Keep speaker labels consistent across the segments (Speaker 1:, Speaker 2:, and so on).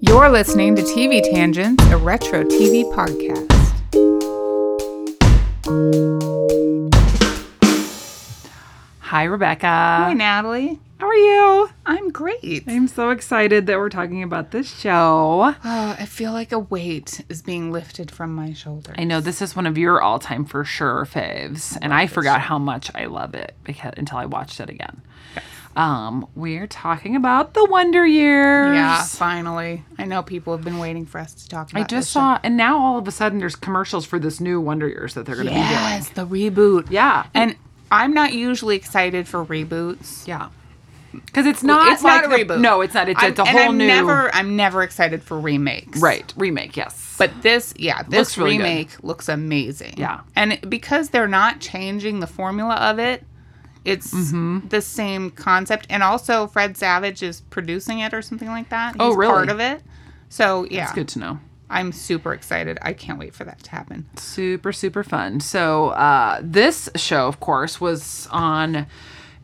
Speaker 1: You're listening to TV Tangents, a retro TV podcast.
Speaker 2: Hi, Rebecca.
Speaker 1: Hi, Natalie.
Speaker 2: How are you?
Speaker 1: I'm great.
Speaker 2: I'm so excited that we're talking about this show.
Speaker 1: Oh, I feel like a weight is being lifted from my shoulder.
Speaker 2: I know this is one of your all time for sure faves, and I forgot how much I love it because, until I watched it again. Um, we're talking about the Wonder Years.
Speaker 1: yeah, finally. I know people have been waiting for us to talk about
Speaker 2: I just
Speaker 1: this
Speaker 2: saw, and now all of a sudden there's commercials for this new Wonder Years that they're going to be doing.
Speaker 1: Yes, the reboot.
Speaker 2: Yeah.
Speaker 1: And I'm not usually excited for reboots.
Speaker 2: Yeah. Because it's not
Speaker 1: it's not
Speaker 2: like
Speaker 1: a
Speaker 2: the-
Speaker 1: reboot.
Speaker 2: No, it's not. It's,
Speaker 1: I'm-
Speaker 2: it's a
Speaker 1: and
Speaker 2: whole
Speaker 1: I'm
Speaker 2: new.
Speaker 1: Never, I'm never excited for remakes.
Speaker 2: right. Remake, yes.
Speaker 1: But this, yeah, this
Speaker 2: Looks really good.
Speaker 1: remake looks amazing.
Speaker 2: Yeah.
Speaker 1: And it- because they're not changing the formula of it, it's
Speaker 2: Mm-hmm.
Speaker 1: the same concept. And also, Fred Savage is producing it or something like that.
Speaker 2: Oh,
Speaker 1: He's
Speaker 2: really?
Speaker 1: part of it. So, yeah.
Speaker 2: It's good to know.
Speaker 1: I'm super excited. I can't wait for that to happen.
Speaker 2: super super fun so uh, this show of course was on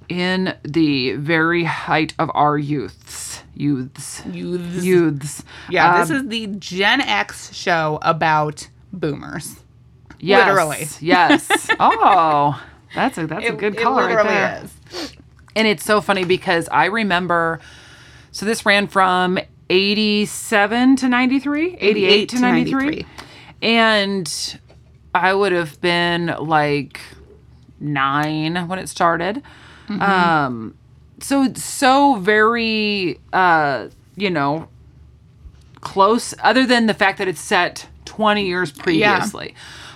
Speaker 2: in the very height of our youths youths
Speaker 1: Youths.
Speaker 2: youths
Speaker 1: Yeah,
Speaker 2: Um,
Speaker 1: this is the Gen X show about boomers.
Speaker 2: yes,
Speaker 1: literally.
Speaker 2: yes oh that's a that's a good color right
Speaker 1: literally
Speaker 2: there
Speaker 1: is.
Speaker 2: and it's so funny because i remember so this ran from 87 to 93 88 to
Speaker 1: to
Speaker 2: 93,
Speaker 1: 93.
Speaker 2: and i would have been like nine when it started um so it's so very uh you know close other than the fact that it's set 20 years previously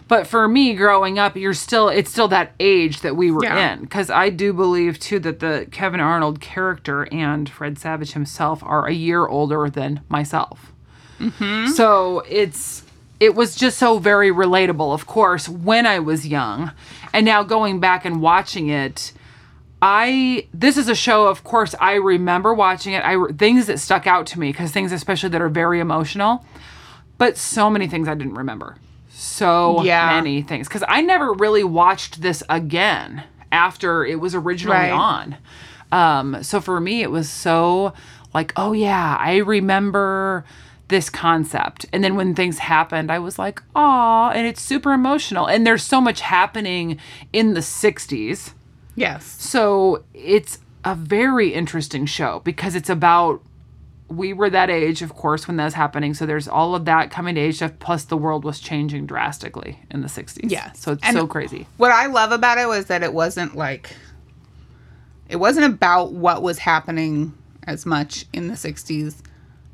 Speaker 2: but for me growing up you're still it's still that age that we were
Speaker 1: Yeah.
Speaker 2: in because i do believe too that the kevin arnold character and fred savage himself are a year older than myself so it's it was just so very relatable of course when i was young and now going back and watching it I this is a show. Of course, I remember watching it. I things that stuck out to me because things, especially that are very emotional, but so many things I didn't remember. So
Speaker 1: Yeah.
Speaker 2: many things because I never really watched this again after it was originally
Speaker 1: Right.
Speaker 2: on. Um, so for me, it was so like, oh yeah, I remember this concept. And then when things happened, I was like, oh, and it's super emotional. And there's so much happening in the '60s.
Speaker 1: Yes.
Speaker 2: So it's a very interesting show because it's about we were that age, of course, when that's happening. So there's all of that coming to age stuff. Plus, the world was changing drastically in the 60s.
Speaker 1: Yes.
Speaker 2: So it's
Speaker 1: And-
Speaker 2: so crazy.
Speaker 1: What I love about it was that it wasn't like it wasn't about what was happening as much in the 60s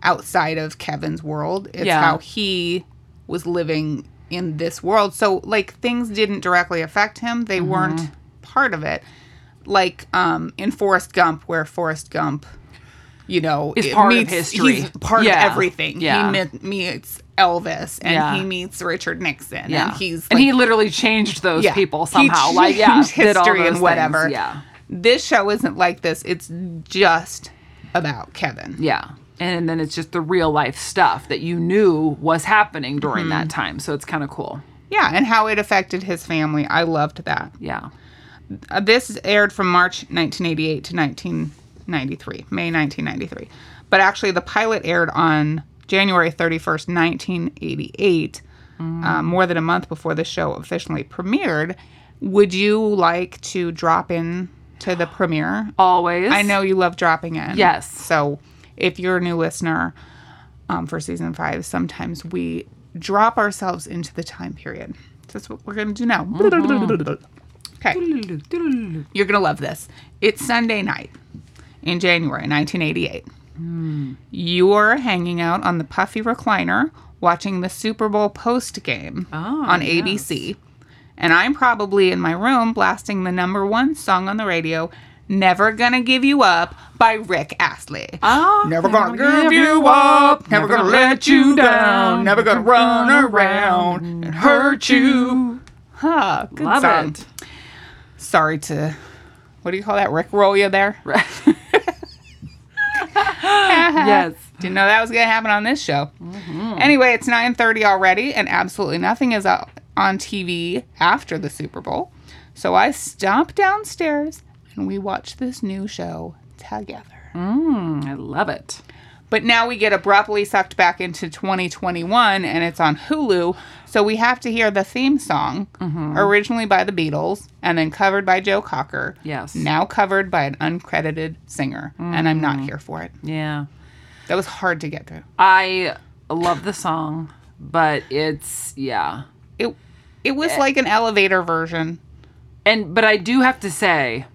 Speaker 1: outside of Kevin's world. It's
Speaker 2: Yeah.
Speaker 1: how he was living in this world. So like things didn't directly affect him.
Speaker 2: Mm-hmm.
Speaker 1: They weren't part of it. Like um in Forrest Gump where Forrest Gump you know,
Speaker 2: Is
Speaker 1: it
Speaker 2: part of history.
Speaker 1: He's part
Speaker 2: Yeah.
Speaker 1: of everything.
Speaker 2: Yeah.
Speaker 1: He met, meets Elvis and
Speaker 2: Yeah.
Speaker 1: he meets Richard Nixon and he's
Speaker 2: and
Speaker 1: like,
Speaker 2: he literally changed those
Speaker 1: Yeah.
Speaker 2: people
Speaker 1: He
Speaker 2: somehow. like yeah,
Speaker 1: changed
Speaker 2: did all
Speaker 1: history and
Speaker 2: those
Speaker 1: whatever.
Speaker 2: things. Yeah,
Speaker 1: this show isn't like this. It's just about Kevin.
Speaker 2: yeah. And then it's just the real life stuff that you knew was happening during that
Speaker 1: Mm-hmm.
Speaker 2: time. So it's kind of cool.
Speaker 1: Yeah, and how it affected his family. I loved that.
Speaker 2: Yeah.
Speaker 1: Uh, this aired from March 1988 to 1993, May 1993. But actually, the pilot aired on January 31st, 1988,
Speaker 2: Mm.
Speaker 1: uh, more than a month before the show officially premiered. Would you like to drop in to the premiere?
Speaker 2: Always.
Speaker 1: I know you love dropping in.
Speaker 2: Yes.
Speaker 1: So if you're a new listener um, for season five, sometimes we drop ourselves into the time period. That's what we're going to do now. Okay. Mm-hmm. You're going to love this. It's Sunday night in January 1988. You're hanging out on the puffy recliner watching the Super Bowl post game
Speaker 2: Oh,
Speaker 1: on ABC. And I'm probably in my room blasting the number one song on the radio, Never Gonna Give You Up by Rick Astley.
Speaker 2: Oh,
Speaker 1: Never gonna give you up, never gonna let you down, never gonna run around and hurt you. Huh, good
Speaker 2: Love
Speaker 1: song.
Speaker 2: it.
Speaker 1: Sorry to, what do you call that, Rick roll you there?
Speaker 2: yes.
Speaker 1: Didn't know that was going to happen on this show. Anyway, it's 9:30 already and absolutely nothing is out on TV after the Super Bowl. So I stomp downstairs and we watch this new show together.
Speaker 2: I love it.
Speaker 1: But now we get abruptly sucked back into 2021 and it's on Hulu. So we have to hear the theme song, originally by the Beatles and then covered by Joe Cocker.
Speaker 2: Yes.
Speaker 1: Now covered by an uncredited singer. And I'm not here for it.
Speaker 2: Yeah.
Speaker 1: That was hard to get through.
Speaker 2: I love the song, but it's yeah.
Speaker 1: It, it was like an elevator version.
Speaker 2: And but I do have to say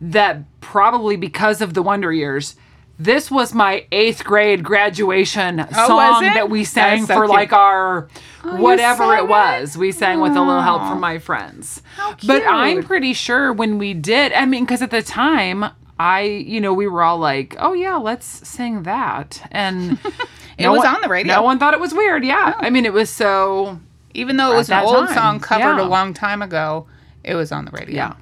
Speaker 2: that probably because of the Wonder Years, this was my eighth grade graduation
Speaker 1: Oh, was
Speaker 2: song
Speaker 1: it?
Speaker 2: that we
Speaker 1: That
Speaker 2: sang
Speaker 1: is so
Speaker 2: for
Speaker 1: cute. Oh,
Speaker 2: like our whatever
Speaker 1: sang
Speaker 2: it
Speaker 1: it?
Speaker 2: was. We sang with a little help from my friends. But I'm
Speaker 1: cute.
Speaker 2: pretty sure when we did, I mean, because at the time I, you know, we were all like, oh yeah, let's sing that. And
Speaker 1: It was on the radio. Oh.
Speaker 2: No one thought it was weird. Yeah. I mean, it was so
Speaker 1: Even though it was an
Speaker 2: that
Speaker 1: old
Speaker 2: time,
Speaker 1: song covered
Speaker 2: yeah.
Speaker 1: a long time ago, it was on the radio.
Speaker 2: Yeah.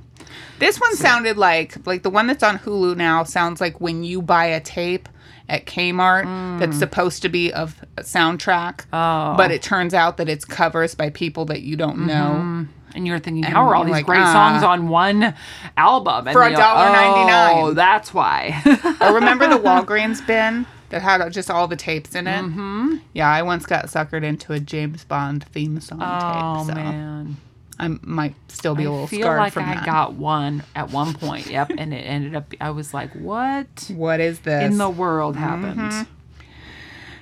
Speaker 1: This one sounded like like the one that's on Hulu now sounds like when you buy a tape at Kmart that's supposed to be of a soundtrack,
Speaker 2: Mm. Oh.
Speaker 1: but it turns out that it's covers by people that you don't
Speaker 2: Mm-hmm.
Speaker 1: know.
Speaker 2: And you're thinking, how are all
Speaker 1: you're
Speaker 2: these
Speaker 1: like,
Speaker 2: great
Speaker 1: ah.
Speaker 2: songs on one album? And
Speaker 1: For a
Speaker 2: you're,
Speaker 1: $1.99.
Speaker 2: Oh, that's why.
Speaker 1: I remember the Walgreens bin that had just all the tapes in it. Mm-hmm. Yeah, I once got suckered into a James Bond theme song
Speaker 2: oh,
Speaker 1: tape, so
Speaker 2: man.
Speaker 1: I might still be a
Speaker 2: I
Speaker 1: little
Speaker 2: feel
Speaker 1: scarred
Speaker 2: like
Speaker 1: from
Speaker 2: I
Speaker 1: that.
Speaker 2: got one at one point. Yep. And it ended up, I was like, what
Speaker 1: what is this?
Speaker 2: in the world
Speaker 1: Mm-hmm.
Speaker 2: happened?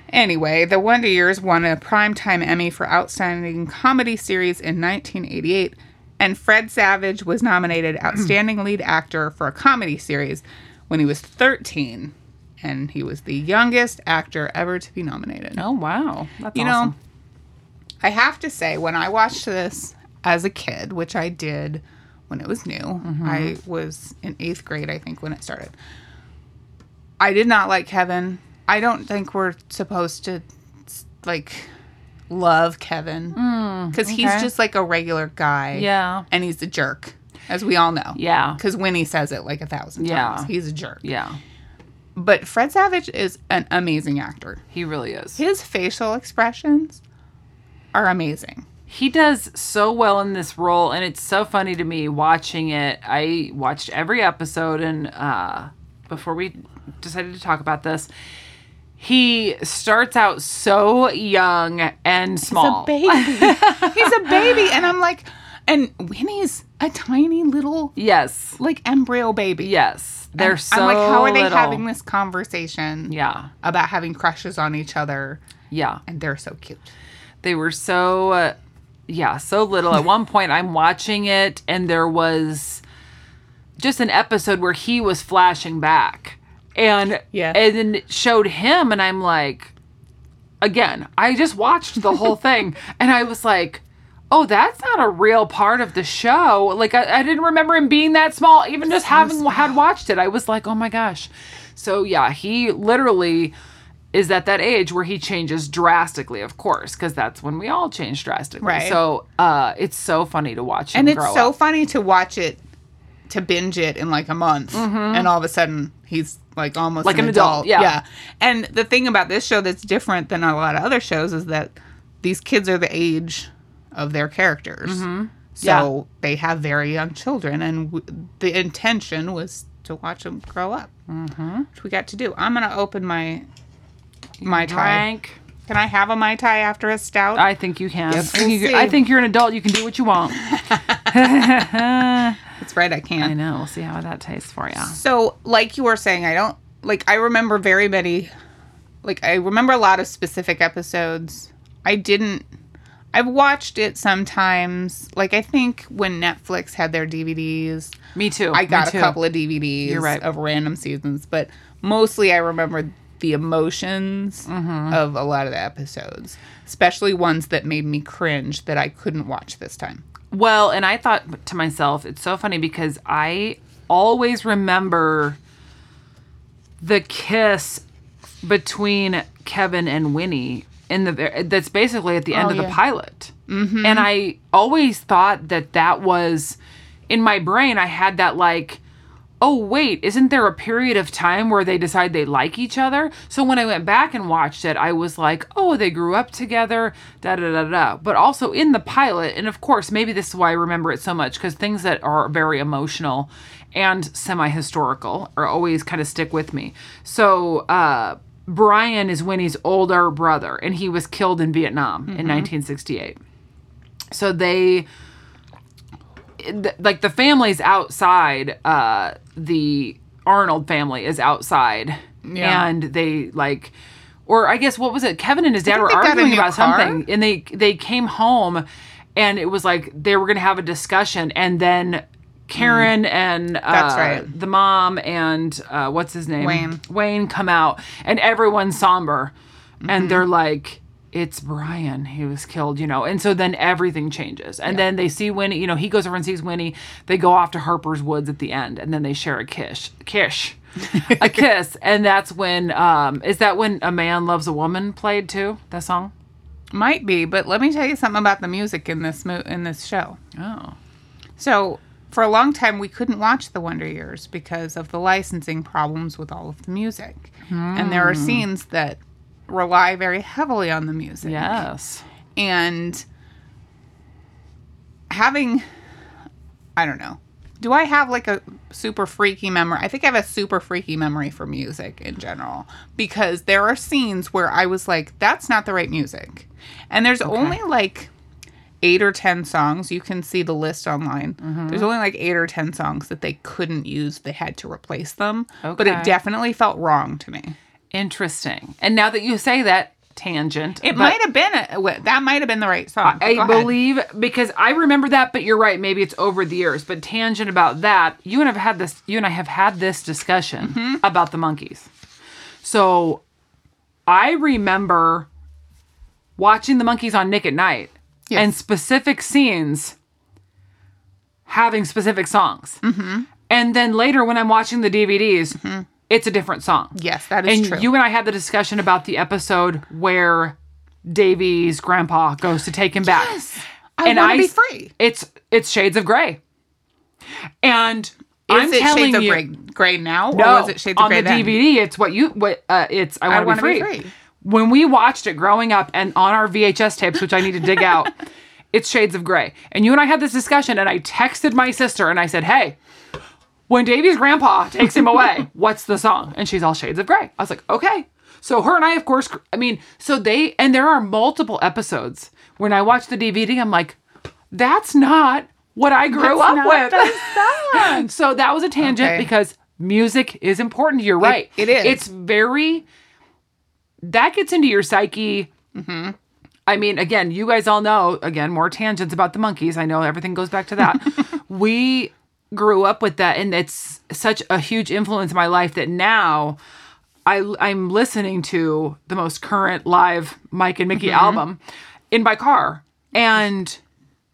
Speaker 1: Anyway, The Wonder Years won a Primetime Emmy for Outstanding Comedy Series in 1988, and Fred Savage was nominated
Speaker 2: Hmm.
Speaker 1: Outstanding Lead Actor for a Comedy Series when he was 13, and he was the youngest actor ever to be nominated.
Speaker 2: Oh, wow. That's
Speaker 1: You
Speaker 2: awesome.
Speaker 1: know, I have to say, when I watched this as a kid, which I did when it was new,
Speaker 2: Mm-hmm.
Speaker 1: I was in eighth grade, I think, when it started. I did not like Kevin. I don't think we're supposed to like love Kevin because he's
Speaker 2: Mm, okay.
Speaker 1: just like a regular guy.
Speaker 2: Yeah.
Speaker 1: and he's a jerk, as we all know.
Speaker 2: Yeah.
Speaker 1: because Winnie says it like a thousand
Speaker 2: Yeah.
Speaker 1: times. He's a jerk.
Speaker 2: Yeah.
Speaker 1: But Fred Savage is an amazing actor.
Speaker 2: He really is.
Speaker 1: His facial expressions are amazing.
Speaker 2: He does so well in this role, and it's so funny to me watching it. I watched every episode, and uh, before we decided to talk about this, he starts out so young and small.
Speaker 1: He's a baby. he's a baby, and I'm like, and Winnie's a tiny little
Speaker 2: Yes,
Speaker 1: like embryo baby.
Speaker 2: yes, they're so.
Speaker 1: I'm like, how are they
Speaker 2: little.
Speaker 1: having this conversation
Speaker 2: Yeah,
Speaker 1: about having crushes on each other?
Speaker 2: yeah.
Speaker 1: And they're so cute.
Speaker 2: they were so uh, yeah so little at one point i'm watching it and there was just an episode where he was flashing back and
Speaker 1: Yeah.
Speaker 2: and then it showed him and i'm like again i just watched the whole thing and i was like oh that's not a real part of the show like i, I didn't remember him being that small even just having had watched it i was like oh my gosh so yeah he literally is at that age where he changes drastically of course because that's when we all change drastically
Speaker 1: Right.
Speaker 2: so uh it's so funny to watch him
Speaker 1: And it's
Speaker 2: grow
Speaker 1: so
Speaker 2: up.
Speaker 1: funny to watch it, to binge it in like a month, and all of a sudden he's like almost
Speaker 2: Mm-hmm. Like an adult, yeah.
Speaker 1: And the thing about this show that's different than a lot of other shows is that these kids are the age of their characters,
Speaker 2: Mm-hmm.
Speaker 1: so they have very young children, and w- the intention was to watch them grow up, mm-hmm. which we got to do. I'm gonna open my my tie.
Speaker 2: Frank,
Speaker 1: Can I have a mai tai after a stout?
Speaker 2: I think you can. I, think
Speaker 1: we'll
Speaker 2: you- I
Speaker 1: see.
Speaker 2: think you're an adult. You can do what you want.
Speaker 1: That's right, I can.
Speaker 2: I know. We'll see how that tastes for you.
Speaker 1: So, like you were saying, I don't like I remember very many like I remember a lot of specific episodes. I didn't I've watched it sometimes. Like I think when Netflix had their DVDs,
Speaker 2: Me too.
Speaker 1: I
Speaker 2: me
Speaker 1: got a
Speaker 2: too.
Speaker 1: couple of DVDs
Speaker 2: You're right.
Speaker 1: of random seasons, but mostly I remember the emotions
Speaker 2: Mm-hmm.
Speaker 1: of a lot of the episodes, especially ones that made me cringe that I couldn't watch this time.
Speaker 2: Well, and I thought to myself, it's so funny because I always remember the kiss between Kevin and Winnie in the ver- that's basically at the end
Speaker 1: Oh,
Speaker 2: of the
Speaker 1: yeah.
Speaker 2: pilot. Mm-hmm. And I always thought that that was in my brain I had that like oh, wait, isn't there a period of time where they decide they like each other? So when I went back and watched it, I was like, oh, they grew up together, da da da da, da. But also in the pilot, and of course, maybe this is why I remember it so much, because things that are very emotional and semi historical are always kind of stick with me. So, uh, Brian is Winnie's older brother, and he was killed in Vietnam in 1968. So they th- like the family's outside uh the arnold family is outside
Speaker 1: Yeah.
Speaker 2: and they like or i guess what was it kevin and his dad
Speaker 1: think
Speaker 2: were
Speaker 1: they got a
Speaker 2: arguing
Speaker 1: new
Speaker 2: about
Speaker 1: car.
Speaker 2: something and they they came home and it was like they were gonna have a discussion and then karen and uh,
Speaker 1: Mm. That's right.
Speaker 2: the mom and uh what's his name
Speaker 1: Wayne.
Speaker 2: wayne come out and everyone's somber and
Speaker 1: Mm-hmm.
Speaker 2: they're like it's Brian. He was killed, you know. And so then everything changes. And then they see Winnie, you know, he goes over and sees Winnie. They go off to Harper's Woods at the end and then they share a kiss. Kish. a kiss. And that's when um is that when A Man Loves a Woman played too? That song?
Speaker 1: Might be, but let me tell you something about the music in this mo- in this show.
Speaker 2: Oh.
Speaker 1: So, for a long time, we couldn't watch The Wonder Years because of the licensing problems with all of the music. And there are scenes that rely very heavily on the music.
Speaker 2: Yes.
Speaker 1: And having, I don't know, do I have like a super freaky memory? I think I have a super freaky memory for music in general because there are scenes where I was like, that's not the right music. And there's only like eight or ten songs. You can see the list online. There's only like eight or ten songs that they couldn't use. They had to replace them. But
Speaker 2: Okay.
Speaker 1: it definitely felt wrong to me.
Speaker 2: Interesting. And now that you say that tangent,
Speaker 1: It
Speaker 2: but
Speaker 1: might have been a, wa- that might have been the right song. Go
Speaker 2: I
Speaker 1: ahead.
Speaker 2: believe because I remember that, but you're right. Maybe it's over the years. But tangent about that, you and I've had this. You and I have had this discussion
Speaker 1: Mm-hmm.
Speaker 2: about the monkeys. So, I remember watching the monkeys on Nick at Night
Speaker 1: Yes.
Speaker 2: and specific scenes having specific songs.
Speaker 1: Mm-hmm.
Speaker 2: And then later, when I'm watching the DVDs, it's a different song.
Speaker 1: Yes, that is
Speaker 2: And
Speaker 1: true.
Speaker 2: you and I had the discussion about the episode where Davy's grandpa goes to take him back.
Speaker 1: I
Speaker 2: and
Speaker 1: wanna
Speaker 2: I
Speaker 1: be
Speaker 2: s-
Speaker 1: free.
Speaker 2: It's it's Shades of Grey. And I'm
Speaker 1: Is it
Speaker 2: telling
Speaker 1: Shades
Speaker 2: you,
Speaker 1: of Grey, Grey now,
Speaker 2: no,
Speaker 1: or was it Shades
Speaker 2: on
Speaker 1: of Grey
Speaker 2: the
Speaker 1: then?
Speaker 2: DVD, it's what you what uh, it's I want
Speaker 1: Wanna
Speaker 2: to
Speaker 1: Be
Speaker 2: be
Speaker 1: Free.
Speaker 2: free. When we watched it growing up and on our VHS tapes, which I need to dig out, it's Shades of Grey. And you and I had this discussion, and I texted my sister and I said, Hey, when Davy's grandpa takes him away, what's the song? And she's all Shades of Grey. I was like, okay. So her and I, of course, I mean, so they, and there are multiple episodes. When I watch the DVD, I'm like, that's not what I grew
Speaker 1: not
Speaker 2: up with.
Speaker 1: the
Speaker 2: so that was a tangent
Speaker 1: Okay.
Speaker 2: because music is important. You're right.
Speaker 1: it is.
Speaker 2: It's very, that gets into your psyche. I mean, again, you guys all know, again, more tangents about the monkeys. I know everything goes back to that. we grew up with that, and it's such a huge influence in my life that now I, I'm listening to the most current live Mike and Mickey
Speaker 1: Mm-hmm.
Speaker 2: album in my car. And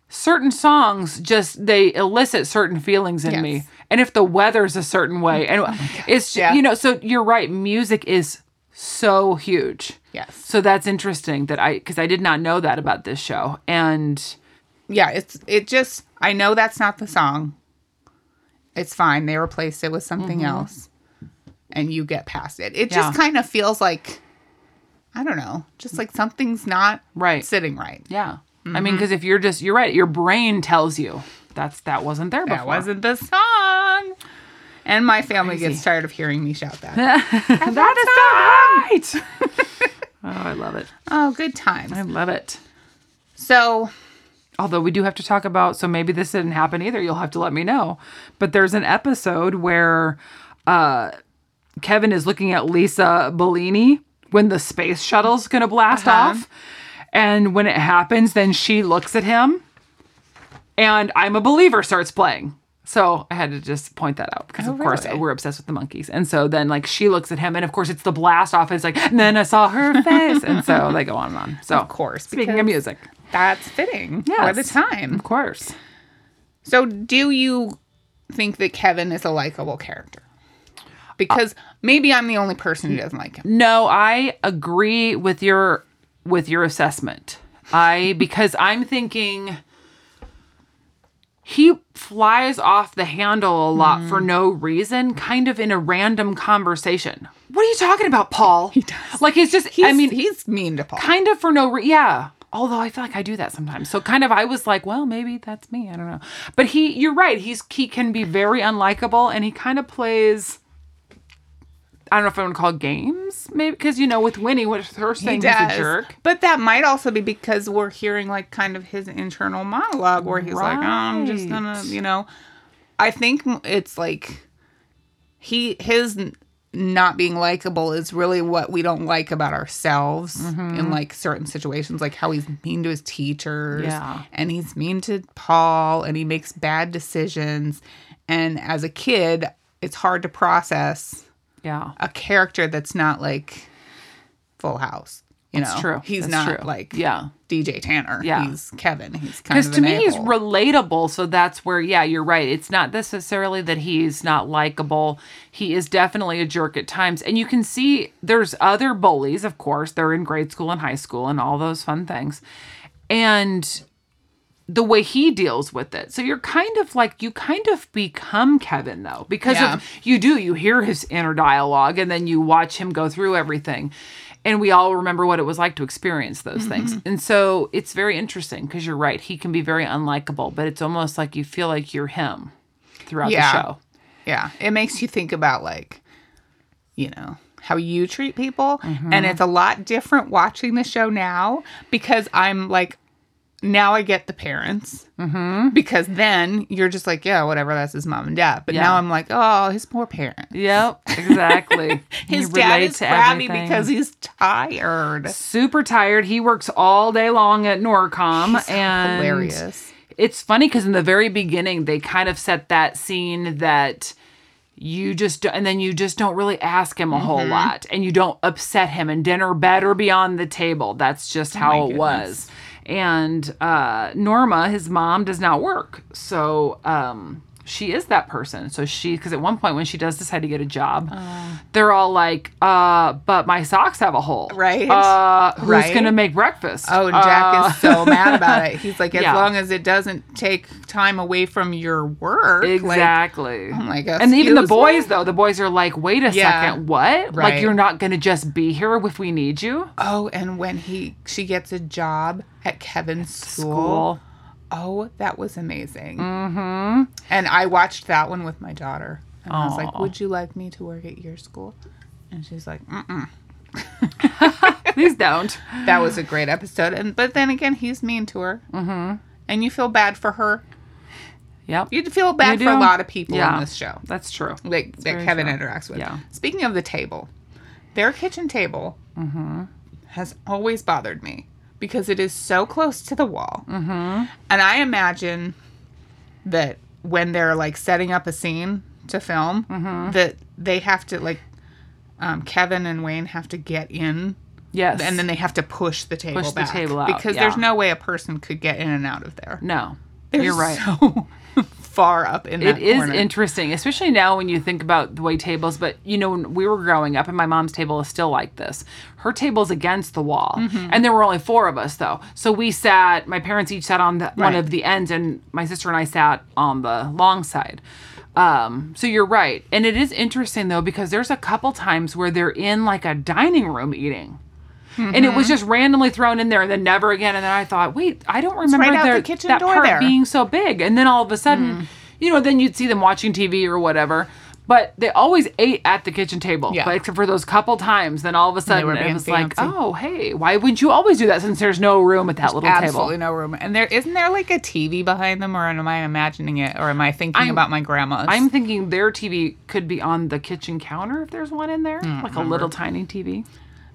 Speaker 2: certain songs just they elicit certain feelings in me
Speaker 1: Yes. Oh
Speaker 2: and if the weather's a certain way and it's
Speaker 1: Yeah.
Speaker 2: you know so you're right music is so huge
Speaker 1: Yes.
Speaker 2: so that's interesting that I, because I did not know that about this show. And
Speaker 1: Yeah, it's it just I know that's not the song. It's fine. They replaced it with something else. And you get past it. It just
Speaker 2: Mm-hmm. Yeah.
Speaker 1: kind of feels like I don't know, just like something's not
Speaker 2: Right.
Speaker 1: sitting right.
Speaker 2: yeah, I mean, because if you're just, you're right, your brain tells you that's, that wasn't there
Speaker 1: That
Speaker 2: before.
Speaker 1: wasn't the song. And my family gets tired of hearing me shout that.
Speaker 2: that is not right. oh, I love it.
Speaker 1: oh, good times.
Speaker 2: I love it.
Speaker 1: So
Speaker 2: Although we do have to talk about, so maybe this didn't happen either. You'll have to let me know. But there's an episode where uh, Kevin is looking at Lisa Bellini when the space shuttle's going to blast
Speaker 1: Uh-huh.
Speaker 2: off. And when it happens, then she looks at him and I'm a Believer starts playing. So I had to just point that out because,
Speaker 1: Oh,
Speaker 2: of course,
Speaker 1: really?
Speaker 2: we're obsessed with the monkeys. And so then, like, she looks at him, and of course, it's the blast off. And it's like, and then I saw her face. and so they go on and on. So, of
Speaker 1: course,
Speaker 2: Speaking
Speaker 1: because-
Speaker 2: of music,
Speaker 1: that's fitting for the
Speaker 2: Yes.
Speaker 1: time.
Speaker 2: of course.
Speaker 1: So, do you think that Kevin is a likable character? Because maybe I'm the only person who doesn't like him.
Speaker 2: No, I agree with your with your assessment. I because I'm thinking he flies off the handle a lot
Speaker 1: Mm.
Speaker 2: for no reason, kind of in a random conversation. What are you talking about, Paul? He
Speaker 1: does.
Speaker 2: Like he's just
Speaker 1: He's,
Speaker 2: I mean,
Speaker 1: he's mean to Paul.
Speaker 2: kind of for no re- yeah although i feel like i do that sometimes so kind of i was like well maybe that's me i don't know but he you're right he's he can be very unlikable and he kind of plays i don't know if i want to call it games maybe because you know with winnie with her
Speaker 1: He
Speaker 2: saying he's a
Speaker 1: does.
Speaker 2: jerk
Speaker 1: But that might also be because we're hearing like kind of his internal monologue where he's like, oh, I'm just gonna,
Speaker 2: Right.
Speaker 1: you know. I think m- it's like he his n- not being likable is really what we don't like about ourselves
Speaker 2: Mm-hmm.
Speaker 1: in like certain situations, like how he's mean to his teachers
Speaker 2: Yeah.
Speaker 1: and he's mean to Paul and he makes bad decisions. And as a kid, it's hard to process
Speaker 2: yeah
Speaker 1: a character that's not like Full House. You
Speaker 2: That's
Speaker 1: know,
Speaker 2: true.
Speaker 1: He's
Speaker 2: That's
Speaker 1: not
Speaker 2: true.
Speaker 1: like
Speaker 2: Yeah.
Speaker 1: DJ Tanner.
Speaker 2: Yeah.
Speaker 1: he's Kevin. He's kind
Speaker 2: because
Speaker 1: of
Speaker 2: to
Speaker 1: an
Speaker 2: me he's
Speaker 1: a-hole.
Speaker 2: relatable so that's where yeah you're right it's not necessarily that he's not likable he is definitely a jerk at times and you can see there's other bullies of course they're in grade school and high school and all those fun things and the way he deals with it so you're kind of like you kind of become kevin though because
Speaker 1: Yeah.
Speaker 2: of you do you hear his inner dialogue and then you watch him go through everything and we all remember what it was like to experience those things
Speaker 1: Mm-hmm.
Speaker 2: and so it's very interesting because you're right he can be very unlikable but it's almost like you feel like you're him throughout
Speaker 1: Yeah.
Speaker 2: the show
Speaker 1: yeah. It makes you think about like, you know, how you treat people,
Speaker 2: Mm-hmm.
Speaker 1: and it's a lot different watching the show now because I'm like, now I get the parents
Speaker 2: Mm-hmm.
Speaker 1: because then you're just like, yeah, whatever, that's his mom and dad. But
Speaker 2: Yeah.
Speaker 1: now I'm like, oh, his poor parents.
Speaker 2: yep exactly
Speaker 1: His
Speaker 2: You
Speaker 1: dad
Speaker 2: relate
Speaker 1: is
Speaker 2: to
Speaker 1: crabby
Speaker 2: everything.
Speaker 1: because he's tired.
Speaker 2: super tired he works all day long at norcom and
Speaker 1: Hilarious.
Speaker 2: It's funny because in the very beginning, they kind of set that scene that you just and then you just don't really ask him a whole
Speaker 1: Mm-hmm.
Speaker 2: lot and you don't upset him and dinner better be on the table that's
Speaker 1: Oh
Speaker 2: just how it was and uh norma his mom does not work so um she is that person so she because at one point when she does decide to get a job
Speaker 1: Uh.
Speaker 2: they're all like uh but my socks have a hole
Speaker 1: Right.
Speaker 2: uh who's
Speaker 1: Right.
Speaker 2: gonna make breakfast
Speaker 1: Oh, and Jack
Speaker 2: Uh,
Speaker 1: is so mad about it. He's like, as
Speaker 2: Yeah.
Speaker 1: long as it doesn't take time away from your work, like,
Speaker 2: Exactly.
Speaker 1: I'm like,
Speaker 2: and even the
Speaker 1: "Excuse
Speaker 2: boys though, the boys are like, wait a
Speaker 1: Yeah.
Speaker 2: second, what?
Speaker 1: Right.
Speaker 2: Like you're not gonna just be here if we need you.
Speaker 1: oh, and when he she gets a job at Kevin's school, oh, that was amazing. Mm-hmm. And I watched that one with my daughter, and I was like, would you like me to work at your school? And she's like, Mm-mm.
Speaker 2: Please don't.
Speaker 1: that was a great episode. And but then again, he's mean to her, mm-hmm. and you feel bad for her.
Speaker 2: Yep.
Speaker 1: You feel bad
Speaker 2: You
Speaker 1: for a
Speaker 2: do.
Speaker 1: lot of people
Speaker 2: Yeah.
Speaker 1: in this show.
Speaker 2: That's true.
Speaker 1: like that
Speaker 2: very
Speaker 1: Kevin
Speaker 2: true.
Speaker 1: interacts with.
Speaker 2: Yeah.
Speaker 1: Speaking of the table, their kitchen table
Speaker 2: Mm-hmm.
Speaker 1: has always bothered me because it is so close to the wall, mm-hmm. and I imagine that when they're like setting up a scene to film,
Speaker 2: Mm-hmm.
Speaker 1: that they have to like um, Kevin and Wayne have to get in.
Speaker 2: Yes.
Speaker 1: And then they have to push the table
Speaker 2: Push the
Speaker 1: back
Speaker 2: table out,
Speaker 1: because there's
Speaker 2: yeah.
Speaker 1: no way a person could get in and out of there.
Speaker 2: No.
Speaker 1: They're
Speaker 2: you're right.
Speaker 1: So far up in
Speaker 2: It
Speaker 1: that
Speaker 2: is
Speaker 1: corner.
Speaker 2: interesting, especially now when you think about the way tables. But you know, when we were growing up, and my mom's table is still like this. Her table's against the wall,
Speaker 1: Mm-hmm.
Speaker 2: and there were only four of us though. So we sat. My parents each sat on the, one
Speaker 1: Right.
Speaker 2: of the ends, and my sister and I sat on the long side. Um, so you're right, and it is interesting though because there's a couple times where they're in like a dining room eating. And
Speaker 1: Mm-hmm.
Speaker 2: it was just randomly thrown in there, and then never again. And then I thought, wait, I don't remember
Speaker 1: right out
Speaker 2: there-
Speaker 1: the kitchen
Speaker 2: that
Speaker 1: door
Speaker 2: part
Speaker 1: there.
Speaker 2: being being so big. And then all of a sudden,
Speaker 1: Mm.
Speaker 2: you know, then you'd see them watching TV or whatever. But they always ate at the kitchen table,
Speaker 1: Yeah.
Speaker 2: but except for those couple times. Then all of a sudden,
Speaker 1: were
Speaker 2: it
Speaker 1: being
Speaker 2: was like,
Speaker 1: fancy.
Speaker 2: oh, hey, why wouldn't you always do that since there's no room at that little
Speaker 1: absolutely
Speaker 2: table?
Speaker 1: no room. And there isn't there like a TV behind them, or am I imagining it, or am I thinking about my grandma's?
Speaker 2: I'm thinking their TV could be on the kitchen counter if there's one in there,
Speaker 1: Mm,
Speaker 2: like a little tiny TV.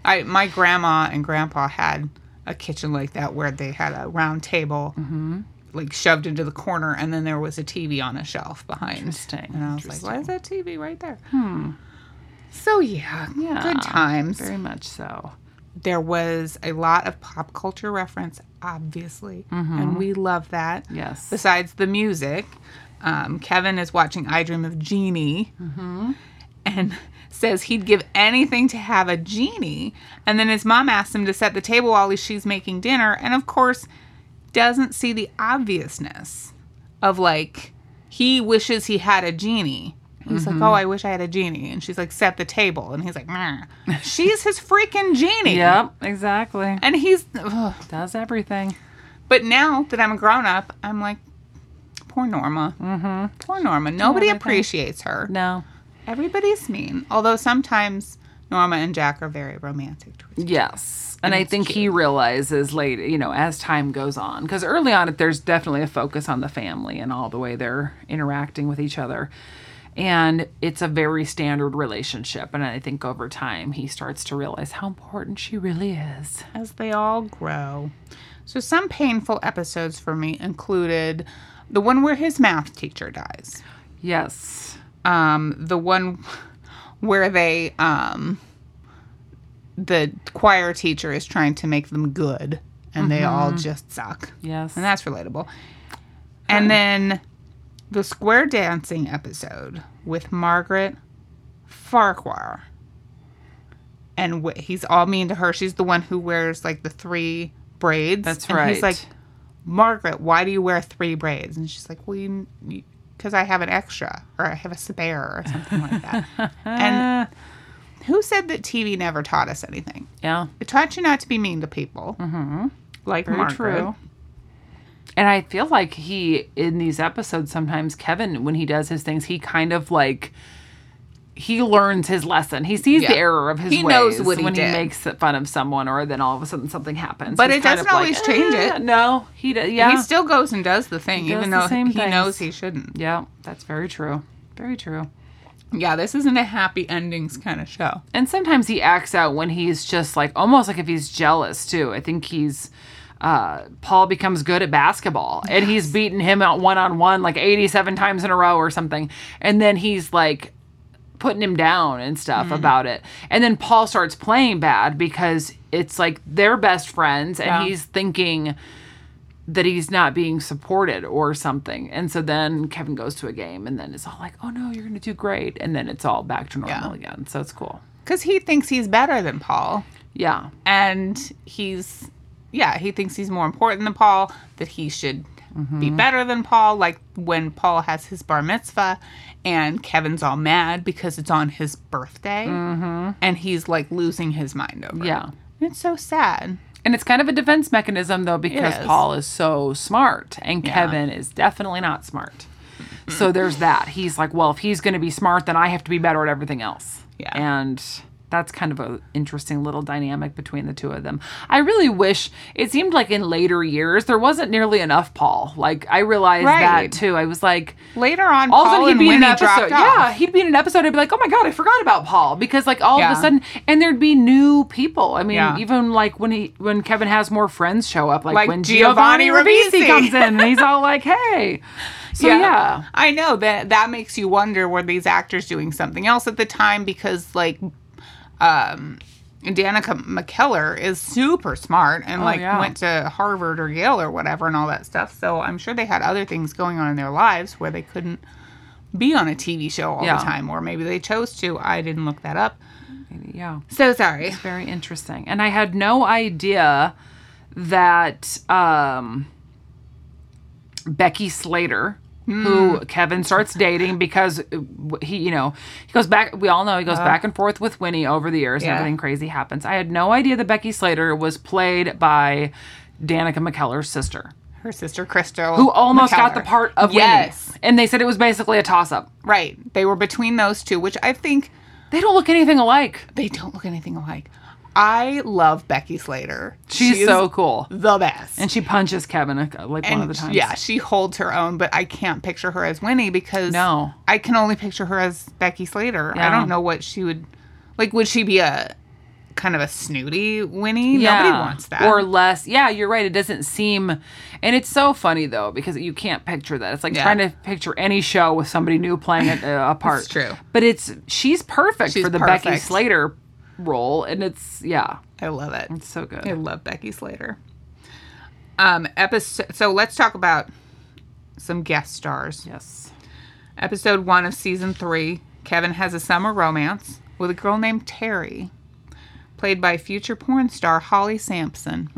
Speaker 1: I my grandma and grandpa had a kitchen like that where they had a round table.
Speaker 2: Mm-hmm.
Speaker 1: Like shoved into the corner, and then there was a TV on a shelf behind.
Speaker 2: Interesting,
Speaker 1: And I was like, "Why is that TV right there?" Hmm. So yeah,
Speaker 2: Yeah,
Speaker 1: good times.
Speaker 2: Very much so.
Speaker 1: There was a lot of pop culture reference, obviously,
Speaker 2: Mm-hmm.
Speaker 1: and we love that.
Speaker 2: Yes.
Speaker 1: besides the music, um, Kevin is watching I Dream of Jeannie and says he'd give anything to have a genie. And then his mom asks him to set the table while she's making dinner, and of course, doesn't see the obviousness of like he wishes he had a genie. He's like, "Oh, I wish I had a genie," and she's like, "Set the table," and he's like, "Meh." "She's his freaking genie."
Speaker 2: Yep, exactly.
Speaker 1: And he's, ugh.
Speaker 2: Does everything.
Speaker 1: but now that I'm a grown up, I'm like, poor Norma. Mm-hmm. Poor Norma. Nobody
Speaker 2: everything.
Speaker 1: appreciates her.
Speaker 2: No.
Speaker 1: Everybody's mean. Although sometimes Norma and Jack are very romantic. Towards
Speaker 2: Yes. And I think he realizes later, you know, as time goes on, because early on, there's definitely a focus on the family and all the way they're interacting with each other. And it's a very standard relationship. And I think over time, he starts to realize how important she really is.
Speaker 1: as they all grow. So, some painful episodes for me included the one where his math teacher dies,
Speaker 2: Yes.
Speaker 1: um, the one where they, um, the choir teacher is trying to make them good and they all just suck.
Speaker 2: Yes.
Speaker 1: And that's relatable. And then the square dancing episode with Margaret Farquhar. And wh- he's all mean to her. She's the one who wears like the three braids.
Speaker 2: That's
Speaker 1: And
Speaker 2: right.
Speaker 1: He's like, Margaret, why do you wear three braids? And she's like, well, you. because I have an extra or I have a spare or something like that. and who said that TV never taught us anything?
Speaker 2: yeah.
Speaker 1: It taught you not to be mean to people. Mm-hmm. Like
Speaker 2: Very
Speaker 1: Margaret.
Speaker 2: true. And I feel like he in these episodes sometimes Kevin when he does his things he kind of like he learns his lesson. He sees
Speaker 1: Yeah.
Speaker 2: the error of his
Speaker 1: He knows
Speaker 2: ways
Speaker 1: what he
Speaker 2: when
Speaker 1: did.
Speaker 2: he makes fun of someone or then all of a sudden something happens.
Speaker 1: But
Speaker 2: He's
Speaker 1: it
Speaker 2: kind
Speaker 1: doesn't
Speaker 2: of like,
Speaker 1: always change
Speaker 2: "Eh,
Speaker 1: it."
Speaker 2: No, he does. Yeah.
Speaker 1: He still goes and does the thing,
Speaker 2: does
Speaker 1: even
Speaker 2: the
Speaker 1: though
Speaker 2: same
Speaker 1: he
Speaker 2: things.
Speaker 1: knows he shouldn't.
Speaker 2: yeah, that's very true. Very true.
Speaker 1: Yeah, this isn't a happy endings kind of show.
Speaker 2: And sometimes he acts out when he's just like almost like if he's jealous too. I think he's uh, Paul becomes good at basketball and he's beaten him out one on one like 87 times in a row or something. And then he's like putting him down and stuff about it. And then Paul starts playing bad because it's like they're best friends and
Speaker 1: Yeah.
Speaker 2: he's thinking that he's not being supported or something. And so then Kevin goes to a game and then it's all like, oh no, you're going to do great. And then it's all back to normal again. So it's cool.
Speaker 1: Because he thinks he's better than Paul.
Speaker 2: Yeah.
Speaker 1: And he's, yeah, he thinks he's more important than Paul, that he should be
Speaker 2: Mm-hmm.
Speaker 1: better than Paul. Like when Paul has his bar mitzvah and Kevin's all mad because it's on his birthday and he's like losing his mind over it.
Speaker 2: Mm-hmm. Yeah.
Speaker 1: And it's so sad.
Speaker 2: And it's kind of a defense mechanism though because
Speaker 1: It is.
Speaker 2: Paul is so smart and Kevin is definitely not smart. So there's that. He's like, well, if he's going to be smart, then I have to be better at everything else.
Speaker 1: Yeah.
Speaker 2: And that's kind of a interesting little dynamic between the two of them. I really wish it seemed like in later years there wasn't nearly enough Paul. Like I realized
Speaker 1: Right.
Speaker 2: that too. I was like
Speaker 1: Later on,
Speaker 2: all of a
Speaker 1: Paul
Speaker 2: sudden he'd
Speaker 1: and
Speaker 2: be in an
Speaker 1: Winnie
Speaker 2: episode.
Speaker 1: dropped off.
Speaker 2: Yeah, he'd be in an episode. I'd be like, oh my god, I forgot about Paul because like all
Speaker 1: Yeah.
Speaker 2: of a sudden, and there'd be new people. I mean,
Speaker 1: Yeah.
Speaker 2: even like when he when Kevin has more friends show up, like,
Speaker 1: Like
Speaker 2: when
Speaker 1: Giovanni
Speaker 2: Giovanni Ribisi
Speaker 1: Ribisi.
Speaker 2: comes in, and he's all like, hey. So yeah,
Speaker 1: I know that that makes you wonder were these actors doing something else at the time because like um Danica McKellar is super smart and like
Speaker 2: Oh, yeah.
Speaker 1: went to Harvard or Yale or whatever and all that stuff. So I'm sure they had other things going on in their lives where they couldn't be on a TV show all
Speaker 2: Yeah.
Speaker 1: the time or maybe they chose to. I didn't look that up.
Speaker 2: yeah.
Speaker 1: So sorry.
Speaker 2: very interesting and i had no idea that um becky slater
Speaker 1: Hmm.
Speaker 2: who kevin starts dating because uh, he you know he goes back we all know he goes back and forth with winnie over the years
Speaker 1: Uh. Yeah.
Speaker 2: and everything crazy happens i had no idea that becky slater was played by danica mckellar's sister
Speaker 1: Her sister Crystal
Speaker 2: who almost got the
Speaker 1: McKellar.
Speaker 2: part of
Speaker 1: Yes.
Speaker 2: winnie and they said it was basically a toss-up
Speaker 1: Right. They were between those two, which I think
Speaker 2: they don't look anything alike
Speaker 1: they don't look anything alike. I love Becky Slater.
Speaker 2: she's
Speaker 1: She is
Speaker 2: so cool
Speaker 1: the best.
Speaker 2: and she punches kevin uh, like one of the
Speaker 1: sh-
Speaker 2: times
Speaker 1: Yeah, she holds her own, but I can't picture her as Winnie because
Speaker 2: No.
Speaker 1: I can only picture her as Becky Slater.
Speaker 2: Yeah.
Speaker 1: I don't know what she would like. Would she be a kind of a snooty Winnie? Nobody wants that.
Speaker 2: Or less. Yeah, you're right. It doesn't seem. And it's so funny, though, because you can't picture that. It's like
Speaker 1: Yeah.
Speaker 2: trying to picture any show with somebody new playing a, a part.
Speaker 1: It's true.
Speaker 2: But it's. She's perfect
Speaker 1: She's
Speaker 2: for the Becky
Speaker 1: perfect.
Speaker 2: Slater role. And it's. Yeah.
Speaker 1: I love it.
Speaker 2: It's so good.
Speaker 1: I love Becky Slater. Um, episode. So let's talk about some guest stars.
Speaker 2: Yes.
Speaker 1: Episode one of season three. Kevin has a summer romance with a girl named Terry, played by future
Speaker 2: Hmm.
Speaker 1: porn star Holly Sampson,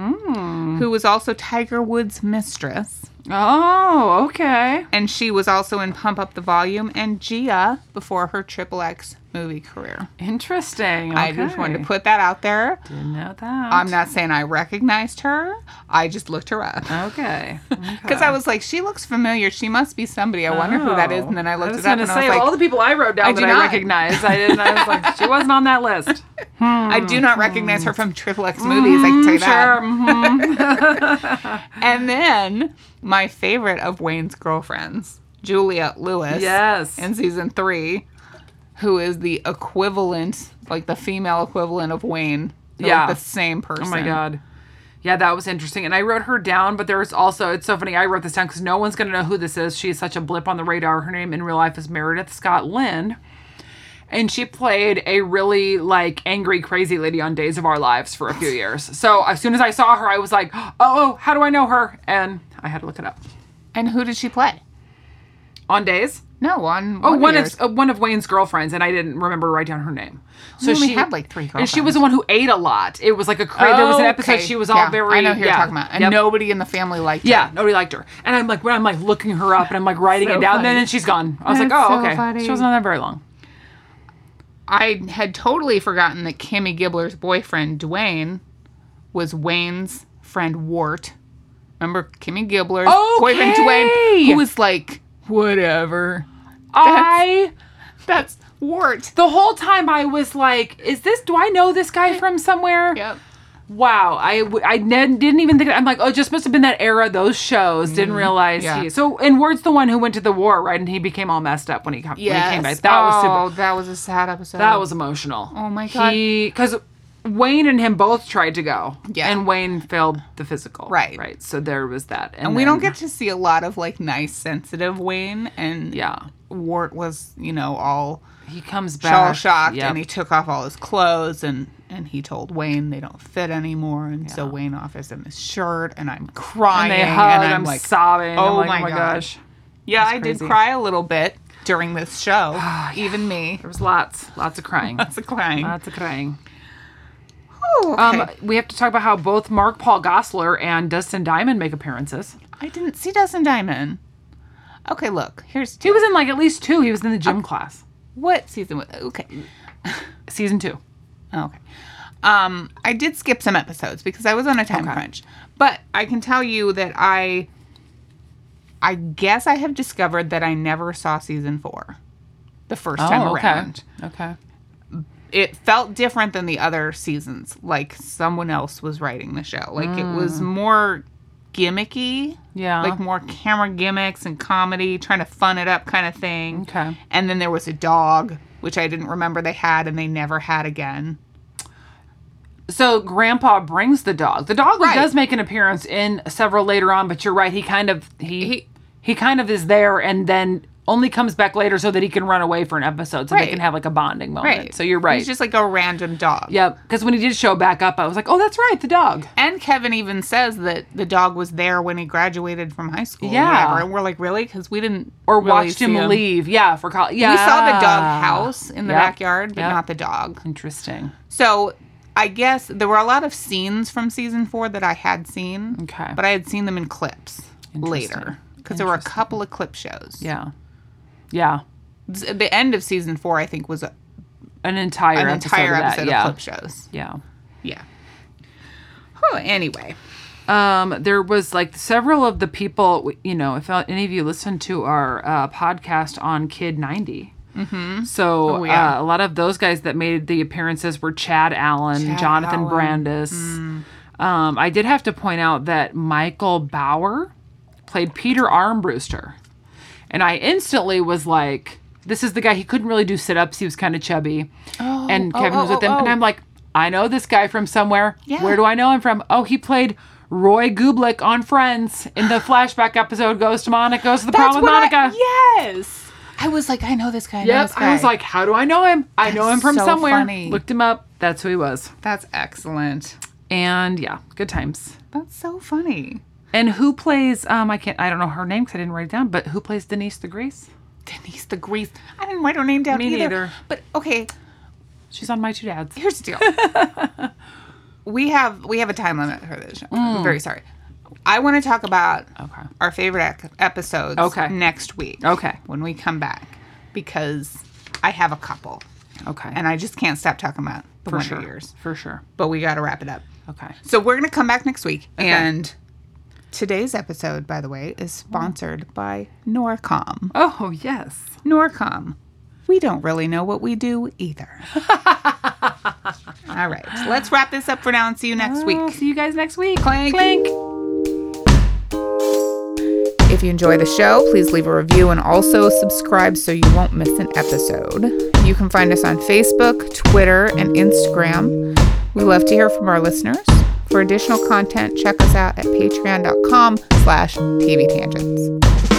Speaker 1: who was also Tiger Woods' mistress.
Speaker 2: Oh, okay.
Speaker 1: And she was also in Pump Up the Volume and Gia before her Triple X movie career.
Speaker 2: Interesting.
Speaker 1: I just wanted
Speaker 2: okay.
Speaker 1: to put that out there.
Speaker 2: Didn't know that.
Speaker 1: I'm not saying I recognized her. I just looked her up.
Speaker 2: Okay.
Speaker 1: Because I was like, she looks familiar. She must be somebody. I wonder who that is. And then I looked
Speaker 2: Oh. was
Speaker 1: it up
Speaker 2: gonna
Speaker 1: and I
Speaker 2: say,
Speaker 1: was
Speaker 2: of
Speaker 1: like,
Speaker 2: all the people I wrote down
Speaker 1: I
Speaker 2: that
Speaker 1: do
Speaker 2: I
Speaker 1: not.
Speaker 2: recognized, I didn't. I was like, she wasn't on that list.
Speaker 1: I do not recognize her from Triple X movies. I can tell you
Speaker 2: oh. Sure.
Speaker 1: that.
Speaker 2: mhm.
Speaker 1: And then my favorite of Wayne's girlfriends, Julia Lewis.
Speaker 2: Yes.
Speaker 1: In season three, who is the equivalent, like the female equivalent of Wayne. They're
Speaker 2: Yeah.
Speaker 1: Like the same person.
Speaker 2: Oh my god. Yeah, that was interesting. And I wrote her down, but there was also, it's so funny, I wrote this down because no one's going to know who this is. She's such a blip on the radar. Her name in real life is Meredith Scott Lynn. And she played a really like angry, crazy lady on Days of Our Lives for a few years. So as soon as I saw her, I was like, oh, oh how do I know her? And I had to look it up.
Speaker 1: And who did she play?
Speaker 2: On Days?
Speaker 1: No, on
Speaker 2: Oh, one
Speaker 1: yours.
Speaker 2: of uh, one of Wayne's girlfriends, and I didn't remember to write down her name. So
Speaker 1: only
Speaker 2: she
Speaker 1: had, like, three
Speaker 2: and she was the one who ate a lot. It was like a cra- there was an episode
Speaker 1: Oh, Okay.
Speaker 2: she was all
Speaker 1: Yeah,
Speaker 2: very.
Speaker 1: I know who you're
Speaker 2: yeah.
Speaker 1: talking about. And
Speaker 2: Yep.
Speaker 1: nobody in the family liked her.
Speaker 2: Yeah, nobody liked her. And I'm like, when I'm like looking her up and I'm like writing
Speaker 1: So
Speaker 2: it down, then
Speaker 1: funny.
Speaker 2: and she's gone. I was like,
Speaker 1: That's
Speaker 2: oh,
Speaker 1: so
Speaker 2: okay.
Speaker 1: funny.
Speaker 2: She wasn't on that very long.
Speaker 1: I had totally forgotten that Kimmy Gibbler's boyfriend, Dwayne, was Wayne's friend Wart. Remember Kimmy Gibbler's boyfriend Dwayne,
Speaker 2: Okay.
Speaker 1: who was like, whatever.
Speaker 2: I
Speaker 1: That's Wart.
Speaker 2: the whole time I was like, is this? Do I know this guy from somewhere?
Speaker 1: Yep.
Speaker 2: Wow, I w- I ne- didn't even think. I'm like, oh, it just must have been that era, those shows. Didn't realize.
Speaker 1: Mm, yeah.
Speaker 2: He, so, and Ward's the one who went to the war, right? And he became all messed up when he, co- when he
Speaker 1: Yes.
Speaker 2: came back. That was super.
Speaker 1: Oh, that was a sad episode.
Speaker 2: That was emotional.
Speaker 1: Oh my God.
Speaker 2: Because Wayne and him both tried to go.
Speaker 1: Yeah.
Speaker 2: And Wayne failed the physical.
Speaker 1: Right.
Speaker 2: Right. So there was that.
Speaker 1: And we don't
Speaker 2: then-
Speaker 1: get to see a lot of like nice, sensitive Wayne. And
Speaker 2: Yeah.
Speaker 1: Wart was, you know, all
Speaker 2: He comes
Speaker 1: shell
Speaker 2: back.
Speaker 1: shocked
Speaker 2: Yep.
Speaker 1: and he took off all his clothes and and he told Wayne they don't fit anymore and so Wayne offers him his shirt and I'm crying
Speaker 2: And they hug.
Speaker 1: and
Speaker 2: I'm, sobbing. I'm
Speaker 1: oh
Speaker 2: like,
Speaker 1: my
Speaker 2: oh my
Speaker 1: God.
Speaker 2: gosh.
Speaker 1: yeah I
Speaker 2: crazy.
Speaker 1: did cry a little bit during this show even me
Speaker 2: There was lots, lots of crying.
Speaker 1: that's a crying
Speaker 2: lots of crying.
Speaker 1: oh, okay.
Speaker 2: Um, we have to talk about how both Mark Paul Gossler and Dustin Diamond make appearances.
Speaker 1: I didn't see Dustin Diamond okay look here's
Speaker 2: He
Speaker 1: two
Speaker 2: was in like at least two. He was in the
Speaker 1: Uh,
Speaker 2: gym class,
Speaker 1: what season was okay
Speaker 2: season two.
Speaker 1: Oh, Okay. Um, I did skip some episodes because I was on a time crunch. But I can tell you that I I guess I have discovered that I never saw season 4 the first time around.
Speaker 2: Oh, Okay.
Speaker 1: It felt different than the other seasons. Like someone else was writing the show. Like it was more gimmicky.
Speaker 2: Mm. Yeah.
Speaker 1: Like more camera gimmicks and comedy, trying to fun it up kind of thing.
Speaker 2: Okay.
Speaker 1: And then there was a dog, which I didn't remember they had and they never had again.
Speaker 2: So Grandpa brings the dog. The dog
Speaker 1: Right.
Speaker 2: does make an appearance in several later on, but you're right. He kind of he he, kind of is there and then only comes back later so that he can run away for an episode so they
Speaker 1: Right.
Speaker 2: can have like a bonding moment.
Speaker 1: Right.
Speaker 2: So you're right.
Speaker 1: He's just like a random dog.
Speaker 2: yep. Because when he did show back up, I was like, oh, that's right, the dog.
Speaker 1: And Kevin even says that the dog was there when he graduated from high school.
Speaker 2: Yeah.
Speaker 1: Or whatever. And we're like, really? Because we didn't.
Speaker 2: Or
Speaker 1: really
Speaker 2: watched
Speaker 1: see
Speaker 2: him, leave. Yeah, for college. Yeah.
Speaker 1: We saw the dog house in the
Speaker 2: Yep.
Speaker 1: backyard, but
Speaker 2: Yep.
Speaker 1: not the dog.
Speaker 2: Interesting.
Speaker 1: So I guess there were a lot of scenes from season four that I had seen.
Speaker 2: Okay.
Speaker 1: But I had seen them in clips later. Because there were a
Speaker 2: Interesting.
Speaker 1: couple of clip shows.
Speaker 2: Yeah. Yeah.
Speaker 1: Z- The end of season four, I think, was a,
Speaker 2: An
Speaker 1: an
Speaker 2: entire episode
Speaker 1: entire
Speaker 2: of that.
Speaker 1: episode
Speaker 2: yeah.
Speaker 1: of clip shows.
Speaker 2: yeah.
Speaker 1: Yeah. Oh, anyway.
Speaker 2: um, there was like several of the people, you know, if any of you listened to our uh, podcast on Kid 90. Mm-hmm. So
Speaker 1: Oh, yeah.
Speaker 2: uh, a lot of those guys that made the appearances were Chad Allen, Jonathan
Speaker 1: Allen. Mm.
Speaker 2: Brandis. Um, I did have to point out that Michael Bauer played Peter Armbruster. And I instantly was like, this is the guy. He couldn't really do sit ups. He was kind of chubby. and
Speaker 1: oh,
Speaker 2: Kevin was
Speaker 1: oh,
Speaker 2: with him.
Speaker 1: oh,
Speaker 2: And
Speaker 1: oh.
Speaker 2: I'm like, I know this guy from somewhere.
Speaker 1: Yeah.
Speaker 2: Where do I know him from? Oh, he played Roy Gublick on Friends in the flashback episode Goes to Monica, Goes to the Prom with
Speaker 1: what
Speaker 2: Monica.
Speaker 1: I, yes. I was like, I know this guy. I know
Speaker 2: Yep.
Speaker 1: this
Speaker 2: I was
Speaker 1: guy.
Speaker 2: like, how do I know him? I know
Speaker 1: That's
Speaker 2: him from
Speaker 1: so
Speaker 2: somewhere.
Speaker 1: funny.
Speaker 2: Looked him up. That's who he was.
Speaker 1: that's excellent.
Speaker 2: And yeah, good times.
Speaker 1: That's so funny.
Speaker 2: And who plays? Um, I can't. I don't know her name because I didn't write it down. But who plays Denise the Grease?
Speaker 1: Denise the Grease. I didn't write her name down
Speaker 2: Me
Speaker 1: either.
Speaker 2: neither.
Speaker 1: But okay,
Speaker 2: She's on My Two Dads.
Speaker 1: here's the deal. we have we have a time limit for this show. I'm very sorry. I want to talk about
Speaker 2: Mm. Okay.
Speaker 1: our favorite ec- episodes
Speaker 2: Okay.
Speaker 1: next week.
Speaker 2: Okay.
Speaker 1: When we come back, because I have a couple
Speaker 2: Okay.
Speaker 1: and I just can't stop talking about the
Speaker 2: for
Speaker 1: winter
Speaker 2: sure.
Speaker 1: years.
Speaker 2: For sure.
Speaker 1: But we got to wrap it up.
Speaker 2: Okay.
Speaker 1: So we're going to come back next week. And Mm. today's episode, by the way, is sponsored by Norcom.
Speaker 2: Oh yes.
Speaker 1: Norcom. We don't really know what we do either. All right. Let's wrap this up for now and see you next
Speaker 2: I'll
Speaker 1: week.
Speaker 2: see you guys next week.
Speaker 1: Clank.
Speaker 2: Clank.
Speaker 1: If you enjoy the show, please leave a review and also subscribe so you won't miss an episode. You can find us on Facebook, Twitter, and Instagram. We love to hear from our listeners. For additional content, check us out at patreon.com slash TV Tangents.